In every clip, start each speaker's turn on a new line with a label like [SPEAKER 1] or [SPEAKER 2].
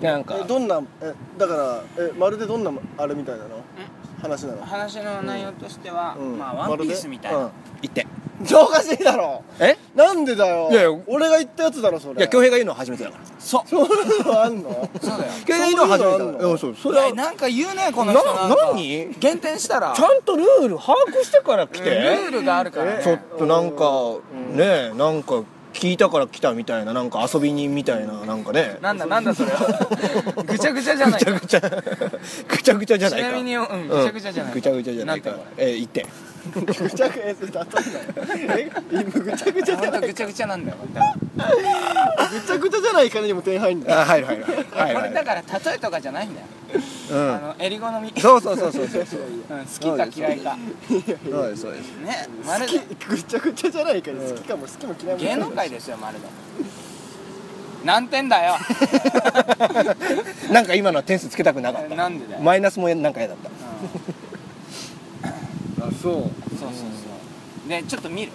[SPEAKER 1] なんか
[SPEAKER 2] えどんなえだからえまるでどんなあれみたいなの話なの
[SPEAKER 3] 話の内容としては、
[SPEAKER 2] うん
[SPEAKER 3] まあワンピースみたい
[SPEAKER 2] まる
[SPEAKER 3] な、
[SPEAKER 1] 一点
[SPEAKER 2] でうんおかしいだろ
[SPEAKER 1] え
[SPEAKER 2] なんでだよ
[SPEAKER 1] いやいや
[SPEAKER 2] 俺が言ったやつだろそれ
[SPEAKER 1] いや恭平が言うのは初めてだから
[SPEAKER 3] そう
[SPEAKER 2] そういうのあんの
[SPEAKER 3] そうだよ
[SPEAKER 1] 恭平が言うのは初めてだ
[SPEAKER 2] そういうのあ
[SPEAKER 1] か
[SPEAKER 2] ん
[SPEAKER 1] ら
[SPEAKER 2] の
[SPEAKER 1] うんそうそ
[SPEAKER 3] い
[SPEAKER 1] れは
[SPEAKER 3] やなんか言うねこの人
[SPEAKER 1] な
[SPEAKER 3] なんか
[SPEAKER 1] 何
[SPEAKER 3] 減点したら
[SPEAKER 1] ちゃんとルール把握してから来て
[SPEAKER 3] ルールがあるから、ね
[SPEAKER 1] ちょっとなんか
[SPEAKER 2] うん
[SPEAKER 1] ねえなんか聞いたから来たみたいななんか遊び人みたいななんかね
[SPEAKER 3] なんだなんだそれ はぐちゃぐちゃじゃな
[SPEAKER 1] ぐ
[SPEAKER 3] い
[SPEAKER 1] ちゃ
[SPEAKER 3] か
[SPEAKER 1] ぐちゃ ぐちゃぐちゃじゃないか
[SPEAKER 3] ちなみにうん
[SPEAKER 1] う
[SPEAKER 3] ぐちゃぐちゃじゃない
[SPEAKER 1] ぐちゃぐちゃじゃないか
[SPEAKER 3] なんて
[SPEAKER 1] えー一点
[SPEAKER 2] ぐちゃぐちゃえそれ例えないえ今ぐちゃぐちゃじゃ
[SPEAKER 3] 本
[SPEAKER 2] な
[SPEAKER 3] 当
[SPEAKER 2] い
[SPEAKER 3] ぐちゃぐちゃなんだよだか
[SPEAKER 2] ぐちゃぐちゃじゃない金にも点入んだ
[SPEAKER 1] あ入る入る
[SPEAKER 3] ら
[SPEAKER 1] 入る
[SPEAKER 3] こ
[SPEAKER 1] は
[SPEAKER 3] れ
[SPEAKER 1] い
[SPEAKER 3] だから例えとかじゃないんだよ、
[SPEAKER 1] うん
[SPEAKER 3] あの襟好み
[SPEAKER 1] そうそうそうそうそうそう
[SPEAKER 3] うん、好きか嫌いかね
[SPEAKER 1] ですそうです
[SPEAKER 3] まるで
[SPEAKER 2] ぐちゃぐちゃじゃないから好きかも好きも嫌いも
[SPEAKER 3] 芸能界ですよまるで何点だ よ
[SPEAKER 1] なんか今のは点数つけたくなかった
[SPEAKER 3] なんでだよ、
[SPEAKER 1] マイナスもなんか嫌だった
[SPEAKER 3] うんそうそ
[SPEAKER 2] あそう
[SPEAKER 3] うそうでちょっと見る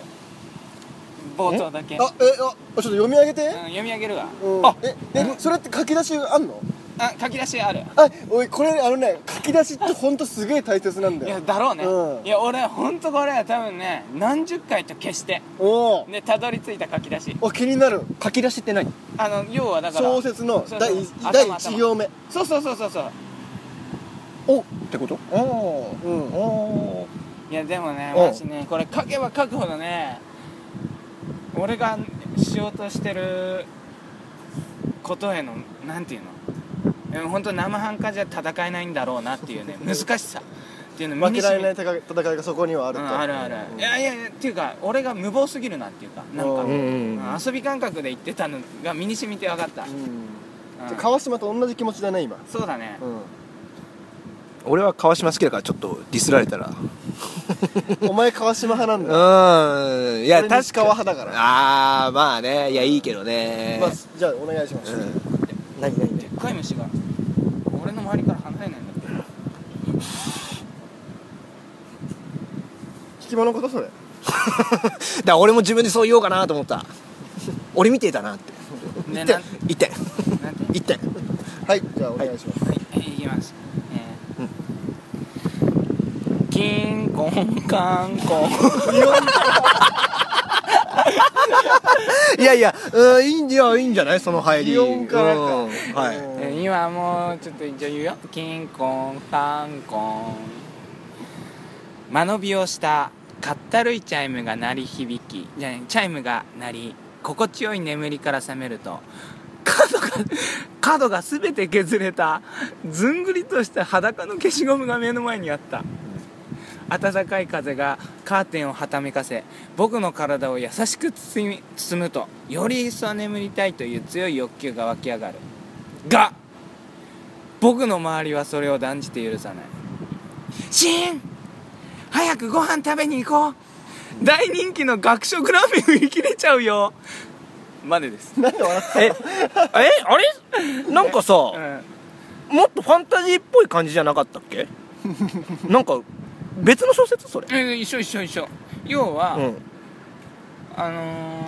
[SPEAKER 3] 冒頭だけ、うん、
[SPEAKER 2] あえあちょっと読み上げて
[SPEAKER 3] 読み上げるわ
[SPEAKER 2] うん
[SPEAKER 1] あ
[SPEAKER 2] ええそれって書き出しあんの
[SPEAKER 3] あ書き出しある
[SPEAKER 2] あおいこれあのね書き出しってほんとすげえ大切なん
[SPEAKER 3] い
[SPEAKER 2] だ
[SPEAKER 3] や
[SPEAKER 2] よ
[SPEAKER 3] だろうね、
[SPEAKER 2] うん
[SPEAKER 3] いや俺ほんとこれは多分ね何十回と消して
[SPEAKER 2] おお
[SPEAKER 3] でたどり着いた書き出し
[SPEAKER 2] お気になる
[SPEAKER 1] 書き出しって何
[SPEAKER 3] あの要はだから
[SPEAKER 2] 小説
[SPEAKER 3] そ
[SPEAKER 2] の
[SPEAKER 3] うそう
[SPEAKER 2] 第
[SPEAKER 3] 頭
[SPEAKER 2] 第1行目
[SPEAKER 3] そうそうそうそうそう
[SPEAKER 1] おってことおお
[SPEAKER 2] うん
[SPEAKER 1] おお
[SPEAKER 3] いやでもね
[SPEAKER 1] うん
[SPEAKER 3] マジねこれ書けば書くほどね俺がしようとしてることへのなんていうのうん本当生半可じゃ戦えないんだろうなっていう ね難しさっていうの
[SPEAKER 2] 負けられない
[SPEAKER 3] い
[SPEAKER 2] 戦い戦いがそこにはある
[SPEAKER 3] う
[SPEAKER 2] と
[SPEAKER 3] ん、あるある、
[SPEAKER 2] うん
[SPEAKER 3] いやいやいやっていうか俺が無謀すぎるなっていうかなんか、
[SPEAKER 2] う
[SPEAKER 1] うんん
[SPEAKER 3] うん
[SPEAKER 1] うん
[SPEAKER 3] 遊び感覚で言ってたのが身に染みて分かった、
[SPEAKER 2] うん
[SPEAKER 3] うん
[SPEAKER 2] 川島と同じ気持ちだね今
[SPEAKER 3] そうだね、
[SPEAKER 2] う
[SPEAKER 1] 俺は川島好きだからちょっとディスられたら
[SPEAKER 2] んお前川島派なんだ
[SPEAKER 1] うんいや
[SPEAKER 2] 俺西
[SPEAKER 1] 確か
[SPEAKER 2] 川派だから
[SPEAKER 1] ああまあねいやいいけどね
[SPEAKER 2] まあじゃあお願いします
[SPEAKER 1] うん何何
[SPEAKER 3] でっかい虫が俺の周りから離れないんだって
[SPEAKER 2] 聞き物ことそれ
[SPEAKER 1] だから俺も自分でそう言おうかなと思った俺見てたなって
[SPEAKER 3] ね
[SPEAKER 1] 1
[SPEAKER 3] なん
[SPEAKER 1] 点1点
[SPEAKER 3] なんて
[SPEAKER 1] 1点
[SPEAKER 2] はいじゃあお願いします
[SPEAKER 3] はい、いきます。えー、金婚観光。
[SPEAKER 1] いやいやうんいいんいやいいんじゃないその入り
[SPEAKER 2] 擬音からか
[SPEAKER 1] うんはい
[SPEAKER 2] うん
[SPEAKER 3] えー今もうちょっと一応言うよ。金婚観光。間延びをしたかったるいチャイムが鳴り響き、じゃないチャイムが鳴り、心地よい眠りから覚めると。角が、角がすべて削れた、ずんぐりとした裸の消しゴムが目の前にあった。暖かい風がカーテンをはためかせ僕の体を優しく包み包むとより一層眠りたいという強い欲求が湧き上がるが僕の周りはそれを断じて許さないシーン早くご飯食べに行こう大人気の学食ラーメン売り切れちゃうよまでです、
[SPEAKER 2] なんで笑っ
[SPEAKER 1] ええあれなんかさ
[SPEAKER 3] うん、
[SPEAKER 1] もっとファンタジーっぽい感じじゃなかったっけなんか別の小説それ
[SPEAKER 3] え一緒一緒一緒要は、
[SPEAKER 1] うん
[SPEAKER 3] あの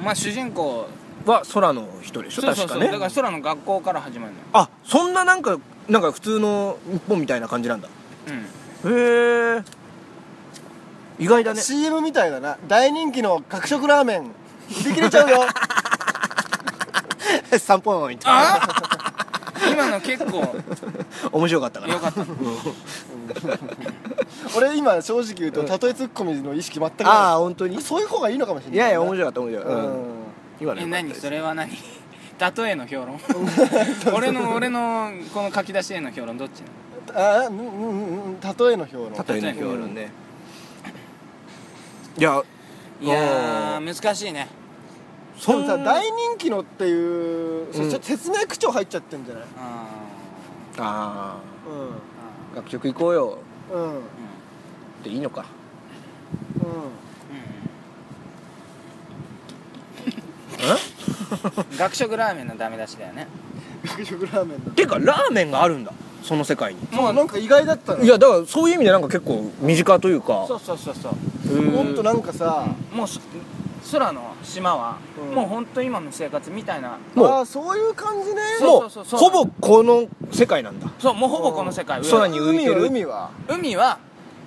[SPEAKER 3] ーまあ主人公
[SPEAKER 1] は空の人でしょ
[SPEAKER 3] そうそう
[SPEAKER 1] 確
[SPEAKER 3] そ
[SPEAKER 1] か
[SPEAKER 3] う、
[SPEAKER 1] ね
[SPEAKER 3] だから空の学校から始まるのよ
[SPEAKER 1] あそんななんかなんか普通の日本みたいな感じなんだ
[SPEAKER 3] うん
[SPEAKER 1] へえ意外だ
[SPEAKER 2] た
[SPEAKER 1] ね
[SPEAKER 2] CM みたいだな大人気の学食ラーメン売り切れちゃ うよ
[SPEAKER 1] 3ポイント
[SPEAKER 3] あ今の結構
[SPEAKER 1] 面白かったか
[SPEAKER 3] 良
[SPEAKER 1] ら
[SPEAKER 3] かった
[SPEAKER 2] 俺今正直言うと例えツッコミの意識全く
[SPEAKER 1] ああ
[SPEAKER 2] な
[SPEAKER 1] 本当に
[SPEAKER 2] い
[SPEAKER 1] い
[SPEAKER 2] そういう方がいいのかもしれない
[SPEAKER 1] やいや面
[SPEAKER 2] 白
[SPEAKER 1] 白かった面白かったうん今の
[SPEAKER 3] え
[SPEAKER 1] 良かった
[SPEAKER 3] 何
[SPEAKER 1] です
[SPEAKER 3] それは何 例えの評 論俺の俺のこの書き出しへの評論どっちなの
[SPEAKER 2] ああうんうんうんうん例えの評論
[SPEAKER 1] 例えの評論ねいや
[SPEAKER 3] いやー難しいね
[SPEAKER 2] で
[SPEAKER 1] そ
[SPEAKER 2] も
[SPEAKER 1] ん
[SPEAKER 2] さ
[SPEAKER 1] な
[SPEAKER 2] 大人気のっていう、そ
[SPEAKER 1] うん
[SPEAKER 2] ちょっと説明口調入っちゃってんじゃない
[SPEAKER 3] あ
[SPEAKER 1] あ
[SPEAKER 2] う
[SPEAKER 1] ー学食行こうよ
[SPEAKER 2] んうんうん
[SPEAKER 3] ー
[SPEAKER 1] っていいのか
[SPEAKER 3] う ん学食ラーメンのダメ出しだよね
[SPEAKER 2] 学食ラーメンだ
[SPEAKER 1] てかラーメンがあるんだその世界に
[SPEAKER 2] もうなんか意外だったの
[SPEAKER 1] いやだからそういう意味でなんか結構身近というか
[SPEAKER 3] そうそうそうそう
[SPEAKER 1] うん
[SPEAKER 2] もっとなんかさ
[SPEAKER 3] もうそ空の島は、
[SPEAKER 2] うん
[SPEAKER 3] もう本当今の生活みたいな
[SPEAKER 1] もう
[SPEAKER 2] ああそういう感じね
[SPEAKER 3] そう
[SPEAKER 1] もう
[SPEAKER 3] そうそう
[SPEAKER 1] ほぼこの世界なんだ
[SPEAKER 3] そうもうほぼこの世界
[SPEAKER 1] うん空に浮いてる
[SPEAKER 2] 海は
[SPEAKER 3] 海は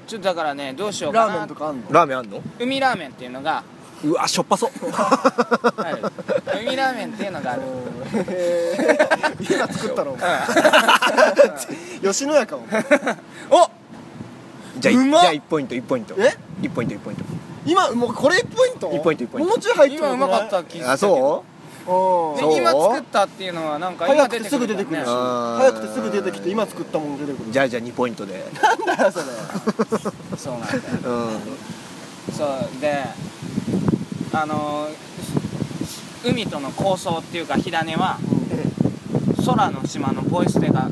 [SPEAKER 3] ちょっとだからねどうしよう
[SPEAKER 2] 海は
[SPEAKER 3] かな
[SPEAKER 2] ラーメンとかあんの
[SPEAKER 1] ラーメンあんの
[SPEAKER 3] 海ラーメンっていうのが
[SPEAKER 1] うわしょっぱそう
[SPEAKER 3] ある海ラーメンっていうのがある
[SPEAKER 2] へえ 今作ったの 吉野家かも
[SPEAKER 3] お
[SPEAKER 1] じゃあいうじ
[SPEAKER 2] まっ
[SPEAKER 1] ゃあ1ポイント1ポイント
[SPEAKER 2] え
[SPEAKER 1] 1ポイント1ポイント
[SPEAKER 2] 今もうこれ1ポイント
[SPEAKER 1] 一ポイント一ポイント
[SPEAKER 2] もうちょい入って
[SPEAKER 3] 今うまかった気が
[SPEAKER 1] あそう
[SPEAKER 2] うん
[SPEAKER 3] で
[SPEAKER 1] そう
[SPEAKER 3] 今作ったっていうのはなんか今
[SPEAKER 2] 早
[SPEAKER 3] 出て
[SPEAKER 2] くて
[SPEAKER 3] く
[SPEAKER 2] す
[SPEAKER 3] る
[SPEAKER 2] ぐ
[SPEAKER 3] んだ
[SPEAKER 2] 出
[SPEAKER 3] よね
[SPEAKER 2] てくるし
[SPEAKER 1] あー
[SPEAKER 2] 早くてすぐ出てきて今作ったもん出てくる
[SPEAKER 1] じゃあじゃあ2ポイントで
[SPEAKER 2] なんだよそれ
[SPEAKER 3] そうなんだよ
[SPEAKER 1] うん
[SPEAKER 3] そうであのー海との構想っていうか火種は空の島のポイ捨てが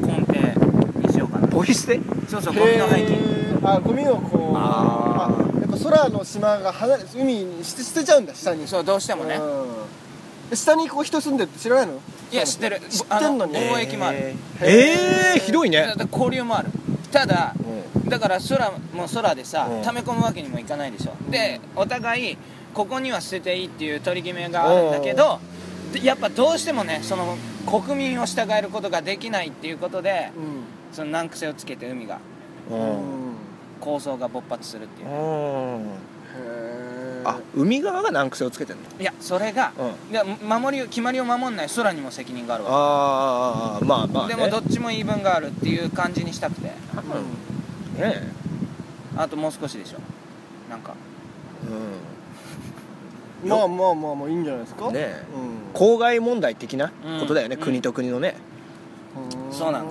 [SPEAKER 3] 根底にしようかな
[SPEAKER 1] ポイ捨て
[SPEAKER 3] そうそうゴミの廃棄
[SPEAKER 2] へーあゴミをこう
[SPEAKER 1] あー
[SPEAKER 2] あやっぱ空の島が離れ海に捨て捨てちゃうんだ下に
[SPEAKER 3] そうどうしてもね
[SPEAKER 2] うん下にこう人住んでるって知らないの
[SPEAKER 3] いや知ってる
[SPEAKER 2] 知ってんのに
[SPEAKER 3] あ貿易もある
[SPEAKER 1] えー
[SPEAKER 2] へー
[SPEAKER 1] えーひどいね
[SPEAKER 3] だから交流もあるただ
[SPEAKER 1] う
[SPEAKER 3] だから空も空でさ、
[SPEAKER 1] うん
[SPEAKER 3] 溜め込むわけにもいかないでしょ、
[SPEAKER 2] うん
[SPEAKER 3] でお互いここには捨てていいっていう取り決めがあるんだけど、でやっぱどうしてもねその国民を従えることができないっていうことで
[SPEAKER 2] う
[SPEAKER 3] その難癖をつけて海が
[SPEAKER 1] ん
[SPEAKER 2] ん
[SPEAKER 3] 構想が勃発するっていう
[SPEAKER 1] うん
[SPEAKER 2] へー
[SPEAKER 1] あ海側が難癖をつけてんの
[SPEAKER 3] いやそれが、
[SPEAKER 1] う
[SPEAKER 3] いや守りを決まりを守んない空にも責任があるわ
[SPEAKER 1] あーあーあーまあまあね
[SPEAKER 3] でもどっちも言い分があるっていう感じにしたくて
[SPEAKER 1] 多分ね
[SPEAKER 2] う
[SPEAKER 1] え
[SPEAKER 3] あともう少しでしょなんか
[SPEAKER 1] うん
[SPEAKER 2] んまあまあまあまあいいんじゃないですか
[SPEAKER 1] ねえ
[SPEAKER 2] うん
[SPEAKER 1] 公害問題的なことだよね
[SPEAKER 3] うん
[SPEAKER 1] 国と国のね
[SPEAKER 3] そうなの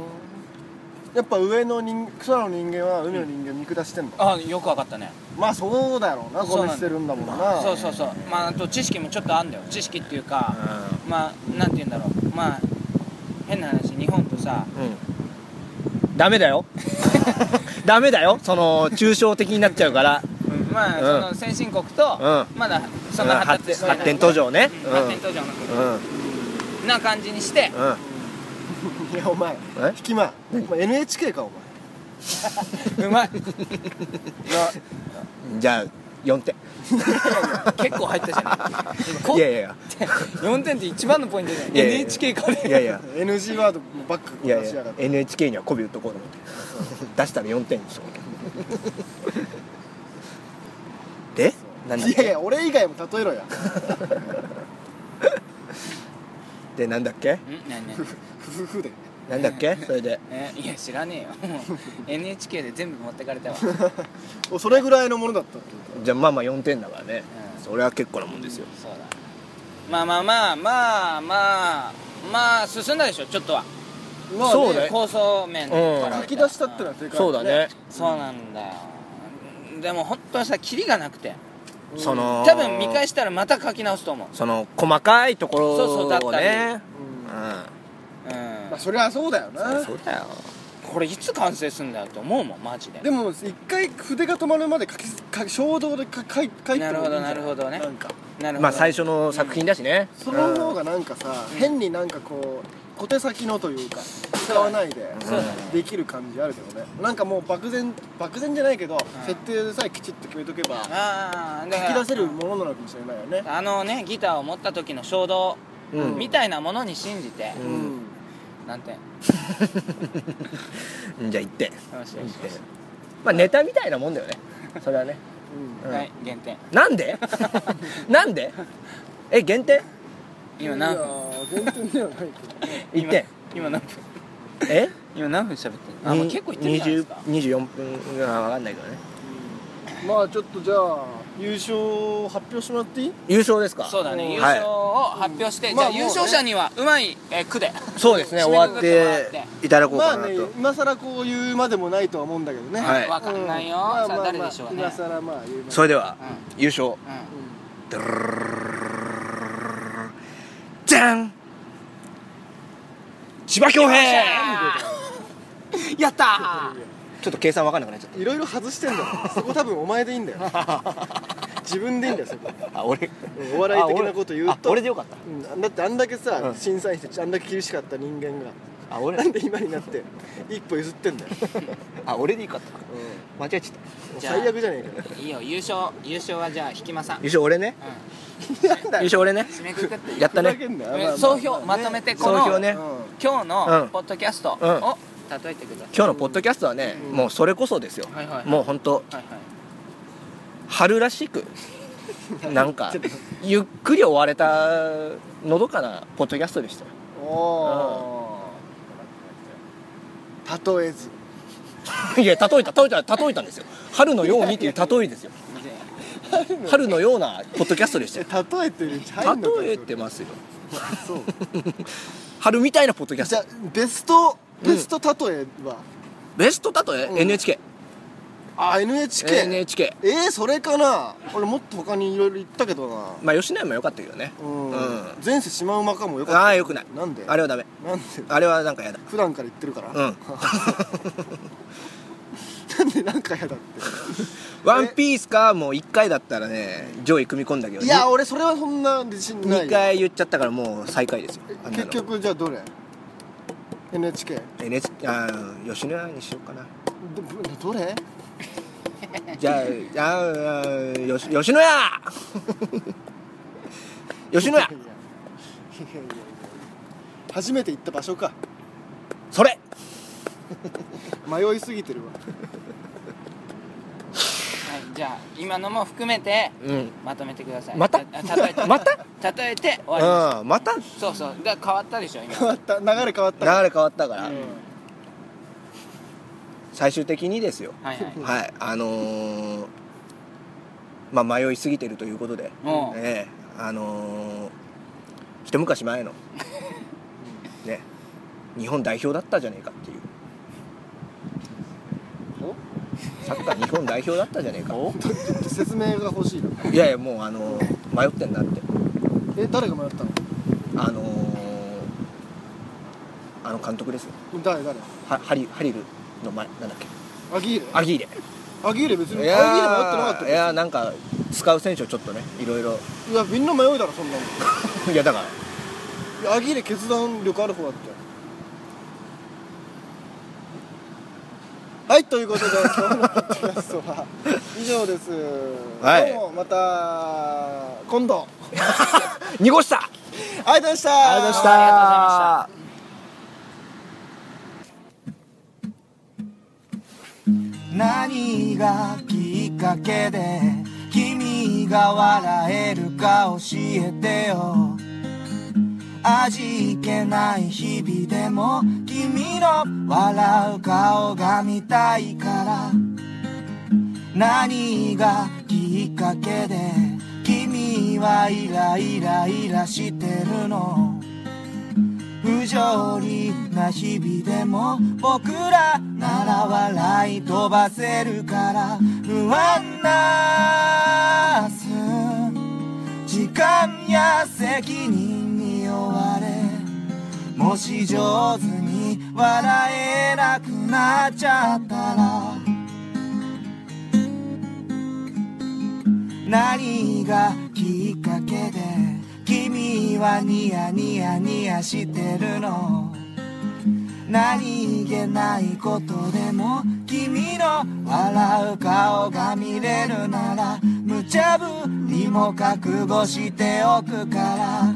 [SPEAKER 2] やっぱ上の人空の人間は海の人間見下してんの
[SPEAKER 3] あよくわかったね
[SPEAKER 2] まあそうだろうな
[SPEAKER 3] そうな
[SPEAKER 2] ゴ
[SPEAKER 3] んだ
[SPEAKER 2] ミ捨てるんだもん
[SPEAKER 3] そう
[SPEAKER 2] な
[SPEAKER 3] そうそうまああと知識もちょっとあんだよ知識っていうか、
[SPEAKER 1] う
[SPEAKER 3] まあなんて言うんだろうまあ変な話日本とさ
[SPEAKER 1] んうんダメ だよダメだよその抽象的になっちゃうから
[SPEAKER 3] まあ、
[SPEAKER 1] うん
[SPEAKER 3] その先進国と、
[SPEAKER 1] う
[SPEAKER 3] まだそんな発達してない
[SPEAKER 1] 発展途上ね
[SPEAKER 3] う
[SPEAKER 1] うん
[SPEAKER 3] ん発展途上の
[SPEAKER 1] う
[SPEAKER 3] 国、
[SPEAKER 1] ん
[SPEAKER 3] な感じにして
[SPEAKER 1] うん
[SPEAKER 2] いやお前
[SPEAKER 1] え
[SPEAKER 2] 引きまお前 NHK かお
[SPEAKER 3] う まい
[SPEAKER 2] 前 な
[SPEAKER 1] じゃあ4点
[SPEAKER 3] 結構入ったじゃないこ
[SPEAKER 1] いやいやいや
[SPEAKER 3] 4点って一番のポイントじゃない
[SPEAKER 1] いやいやいや
[SPEAKER 3] NHK か
[SPEAKER 1] い
[SPEAKER 3] ら
[SPEAKER 1] やいや
[SPEAKER 2] NG ワードもバック
[SPEAKER 1] い
[SPEAKER 2] 出
[SPEAKER 1] やい
[SPEAKER 2] しやが
[SPEAKER 1] や
[SPEAKER 2] って
[SPEAKER 1] NHK には媚び打っとこうと 思って出したら4点にしようで何だっ
[SPEAKER 2] いやい
[SPEAKER 1] け
[SPEAKER 2] や俺以外も例えろや
[SPEAKER 1] でなんだっけ
[SPEAKER 3] ん何何
[SPEAKER 2] 夫婦で
[SPEAKER 1] なんだっ けそれで
[SPEAKER 3] えいや知らね えよもう NHK で全部持ってかれたわ
[SPEAKER 2] おそれぐらいのものだったっていうか
[SPEAKER 1] じゃあまあまあ4点だからね
[SPEAKER 3] うん
[SPEAKER 1] それは結構なもんですよ
[SPEAKER 3] そうだまあまあまあまあまあまあ進んだでしょちょっとは
[SPEAKER 2] まあね
[SPEAKER 1] そうね
[SPEAKER 3] 構想面から
[SPEAKER 1] うん
[SPEAKER 2] 書き出したってのは正解
[SPEAKER 1] そうだね
[SPEAKER 3] そうなんだよでも本当はさキリがなくて
[SPEAKER 1] その
[SPEAKER 3] 多分見返したらまた書き直すと思う
[SPEAKER 1] その細かいところをね
[SPEAKER 3] そうそうだったり
[SPEAKER 2] うんま
[SPEAKER 1] う
[SPEAKER 3] うん
[SPEAKER 2] あそりゃそうだよ
[SPEAKER 1] ん
[SPEAKER 2] な
[SPEAKER 1] そうだよ
[SPEAKER 3] これいつ完成すんだよと思うもんマジで
[SPEAKER 2] でも一回筆が止まるまで書き書き衝動で書書い書いてもいいんじゃ
[SPEAKER 3] な
[SPEAKER 2] い
[SPEAKER 3] るほどなるほどね
[SPEAKER 2] なんか
[SPEAKER 3] なるほど
[SPEAKER 1] まあ最初の作品だしね
[SPEAKER 2] その方がなんかさ変になんかこう小手先のというか使わないで
[SPEAKER 3] そうだね
[SPEAKER 2] できる感じあるけどねなんかもう漠然漠然じゃないけど
[SPEAKER 3] ん
[SPEAKER 2] 設定でさえきちっと決めとけば
[SPEAKER 3] ああだ
[SPEAKER 2] 書
[SPEAKER 3] か
[SPEAKER 2] き
[SPEAKER 3] ら
[SPEAKER 2] 出せるものなのかもしれないよね
[SPEAKER 3] あのねギターを持った時の衝動
[SPEAKER 1] うん
[SPEAKER 3] みたいなものに信じて
[SPEAKER 1] う
[SPEAKER 2] うんん
[SPEAKER 3] なんて
[SPEAKER 1] うんじゃあ1点
[SPEAKER 3] よしよ
[SPEAKER 1] 1
[SPEAKER 3] しよ
[SPEAKER 1] 点まあネタみたいなもんだよねそれはね
[SPEAKER 2] うん
[SPEAKER 1] うん
[SPEAKER 3] しはい減点
[SPEAKER 1] な んでなんでえ減点
[SPEAKER 3] 今何分
[SPEAKER 2] いやー減点ではないけど
[SPEAKER 1] 1点
[SPEAKER 3] 今何分
[SPEAKER 1] え
[SPEAKER 3] 今何分喋ってんのあもう結構いってるじゃないですか
[SPEAKER 1] 20 24分が分かんないけどね
[SPEAKER 2] まあちょっとじゃあ優勝を発表してもらっていい
[SPEAKER 1] 優勝ですか
[SPEAKER 3] そうだね優
[SPEAKER 1] はい
[SPEAKER 3] 勝を発表して、
[SPEAKER 2] うん
[SPEAKER 3] じゃあ
[SPEAKER 2] まあもう
[SPEAKER 3] 優
[SPEAKER 2] ね
[SPEAKER 3] 勝者にはうまい、えー句で
[SPEAKER 1] そうですね
[SPEAKER 3] 締
[SPEAKER 1] 終
[SPEAKER 3] め
[SPEAKER 1] わ
[SPEAKER 3] く
[SPEAKER 1] っ
[SPEAKER 3] くってもらって
[SPEAKER 1] いただこう
[SPEAKER 2] ま
[SPEAKER 1] か
[SPEAKER 2] あ
[SPEAKER 1] な
[SPEAKER 2] ね
[SPEAKER 1] と
[SPEAKER 2] 今更こう言うまでもないとは思うんだけどね
[SPEAKER 1] はい
[SPEAKER 3] わかんないよ、
[SPEAKER 2] うま
[SPEAKER 3] さ
[SPEAKER 2] あまあ
[SPEAKER 3] あ
[SPEAKER 2] まあ
[SPEAKER 3] 誰でしょうね
[SPEAKER 2] 今更まあ言うまで
[SPEAKER 1] それでは
[SPEAKER 3] う
[SPEAKER 1] 優
[SPEAKER 3] う
[SPEAKER 1] 勝
[SPEAKER 3] ん
[SPEAKER 1] じゃん千葉恭平
[SPEAKER 3] あー やったー
[SPEAKER 1] ちょっと計算分かんなくなっちゃっ
[SPEAKER 2] いろいろ外してんだよそこ多分お前でいいんだよ 自分でいいんだよそこ
[SPEAKER 1] た あ俺
[SPEAKER 2] うんお笑い的なこと言うと
[SPEAKER 1] あ俺あ俺でよかった
[SPEAKER 2] うんだってあんだけさ、
[SPEAKER 1] うん
[SPEAKER 2] 審査員してあんだけ厳しかった人間が
[SPEAKER 4] あ俺
[SPEAKER 2] なんで今になって一歩譲ってんだよ、
[SPEAKER 4] あ俺でいいかったか
[SPEAKER 2] う
[SPEAKER 4] 間違えちゃっ
[SPEAKER 2] ん、
[SPEAKER 3] じゃあ
[SPEAKER 2] 最悪じゃねえ
[SPEAKER 3] いいよ優勝優勝はじゃあ引間さん、うん、
[SPEAKER 1] 優勝俺ね
[SPEAKER 2] か
[SPEAKER 1] 優勝俺ね
[SPEAKER 3] 締めくくって
[SPEAKER 1] やった
[SPEAKER 2] だ
[SPEAKER 1] ね
[SPEAKER 2] けんな、
[SPEAKER 3] え総評まとめてこの
[SPEAKER 1] 総評ね
[SPEAKER 3] 今日
[SPEAKER 1] う
[SPEAKER 3] の
[SPEAKER 1] ん
[SPEAKER 3] ポッドキャストを、
[SPEAKER 1] うん
[SPEAKER 3] 例えてください
[SPEAKER 1] 今日のポッドキャストはね、
[SPEAKER 2] うん
[SPEAKER 1] もうそれこそですよ、
[SPEAKER 3] はいはい
[SPEAKER 1] もう本当
[SPEAKER 3] はいはい
[SPEAKER 1] 春らしくなんかゆっくり終われたのどかなポッドキャストでしたよ
[SPEAKER 2] おおー、例えず
[SPEAKER 1] いや例えた例えた例えたんですよ春のようにっていう例えですよ春のようなポッドキャストでした
[SPEAKER 2] え
[SPEAKER 1] よ
[SPEAKER 2] 例えてるうち入んのか
[SPEAKER 1] 例えてますよ
[SPEAKER 2] それそう
[SPEAKER 1] 春みたいなポッドキャス
[SPEAKER 2] じゃあ
[SPEAKER 1] ト
[SPEAKER 2] ベストベスト例えは、
[SPEAKER 1] ベスト例え、
[SPEAKER 2] うん
[SPEAKER 1] NHK
[SPEAKER 2] あ NHK,
[SPEAKER 1] NHK
[SPEAKER 2] えー、それかな俺もっと他にいろいろ言ったけどな
[SPEAKER 1] まあ吉野家も良かったけどね
[SPEAKER 2] うん、
[SPEAKER 1] うん
[SPEAKER 2] 前世シマウマかもよかった
[SPEAKER 1] ああよくない
[SPEAKER 2] なんで
[SPEAKER 1] あれはダメ
[SPEAKER 2] なんで
[SPEAKER 1] あれはなんかやだ
[SPEAKER 2] 普段から言ってるから、
[SPEAKER 1] うん
[SPEAKER 2] なんでなんかやだっ
[SPEAKER 1] ワンピースかもう1回だったらね上位組み込んだけど
[SPEAKER 2] ていや俺それはそんな自信ない
[SPEAKER 1] 2
[SPEAKER 2] よ
[SPEAKER 1] 回言っちゃったからもう最下位ですよあんな
[SPEAKER 2] 結
[SPEAKER 1] の
[SPEAKER 2] 局じゃあどれ NHK ど
[SPEAKER 1] NHK あー吉野家にしようかな
[SPEAKER 2] どれ
[SPEAKER 1] じゃああーあーよし吉野 家吉野家
[SPEAKER 2] いやいやいやいや初めて行った場所か
[SPEAKER 1] それ
[SPEAKER 2] 迷いすぎてるわ
[SPEAKER 3] はいじゃあ今のも含めて
[SPEAKER 1] うん
[SPEAKER 3] まとめてください
[SPEAKER 1] また
[SPEAKER 3] あ例えて
[SPEAKER 1] ま た
[SPEAKER 3] 例えて終わりま
[SPEAKER 1] うんまた流
[SPEAKER 3] すそうそうだから変わったでしょ今
[SPEAKER 2] 変わった流れ変わった
[SPEAKER 1] れ変わったか
[SPEAKER 2] う
[SPEAKER 1] ら
[SPEAKER 2] ん
[SPEAKER 1] 最終的にですよ
[SPEAKER 3] はいはい
[SPEAKER 1] はいあのーまあ迷いすぎてるということで
[SPEAKER 3] もう
[SPEAKER 1] ええあのー一昔前 のね日本代表だったじゃねえかっていうサッカー日本代表だったじゃねえか
[SPEAKER 2] 説明が欲しいない
[SPEAKER 1] やいやもうあのー迷ってんなって
[SPEAKER 2] え誰が迷ったの
[SPEAKER 1] あのーあの監督ですよ
[SPEAKER 2] 誰誰
[SPEAKER 1] はハリハリルの前なんだっけ
[SPEAKER 2] アギーレ
[SPEAKER 1] アギーレ
[SPEAKER 2] アギーレ別にア
[SPEAKER 1] い
[SPEAKER 2] ギーレ迷ってな
[SPEAKER 1] や
[SPEAKER 2] かった
[SPEAKER 1] ー
[SPEAKER 2] よ
[SPEAKER 1] いやーなんか使う選手をちょっとねいろいろ
[SPEAKER 2] いやみんな迷いだろそんなのい
[SPEAKER 1] いやだから
[SPEAKER 2] やアギーレ決断力ある方だってはいということで今日のポッドキャストは以上です、
[SPEAKER 1] はい
[SPEAKER 2] どうもまた今度
[SPEAKER 1] 濁した
[SPEAKER 2] ありがとうございました
[SPEAKER 1] ありがとうございました
[SPEAKER 3] ありがとうございました
[SPEAKER 5] 何がきっかけで君が笑えるか教えてよ味気ない日々でも君の笑う顔が見たいから何がきっかけで君はイライライラしてるの不条理な日々でも僕らなら笑い飛ばせるから不安な明日時間や責任に追われもし上手に笑えなくなっちゃったら何がきっかけで君はニヤニヤニヤしてるの何気ないことでも君の笑う顔が見れるなら無茶ぶりも覚悟しておくから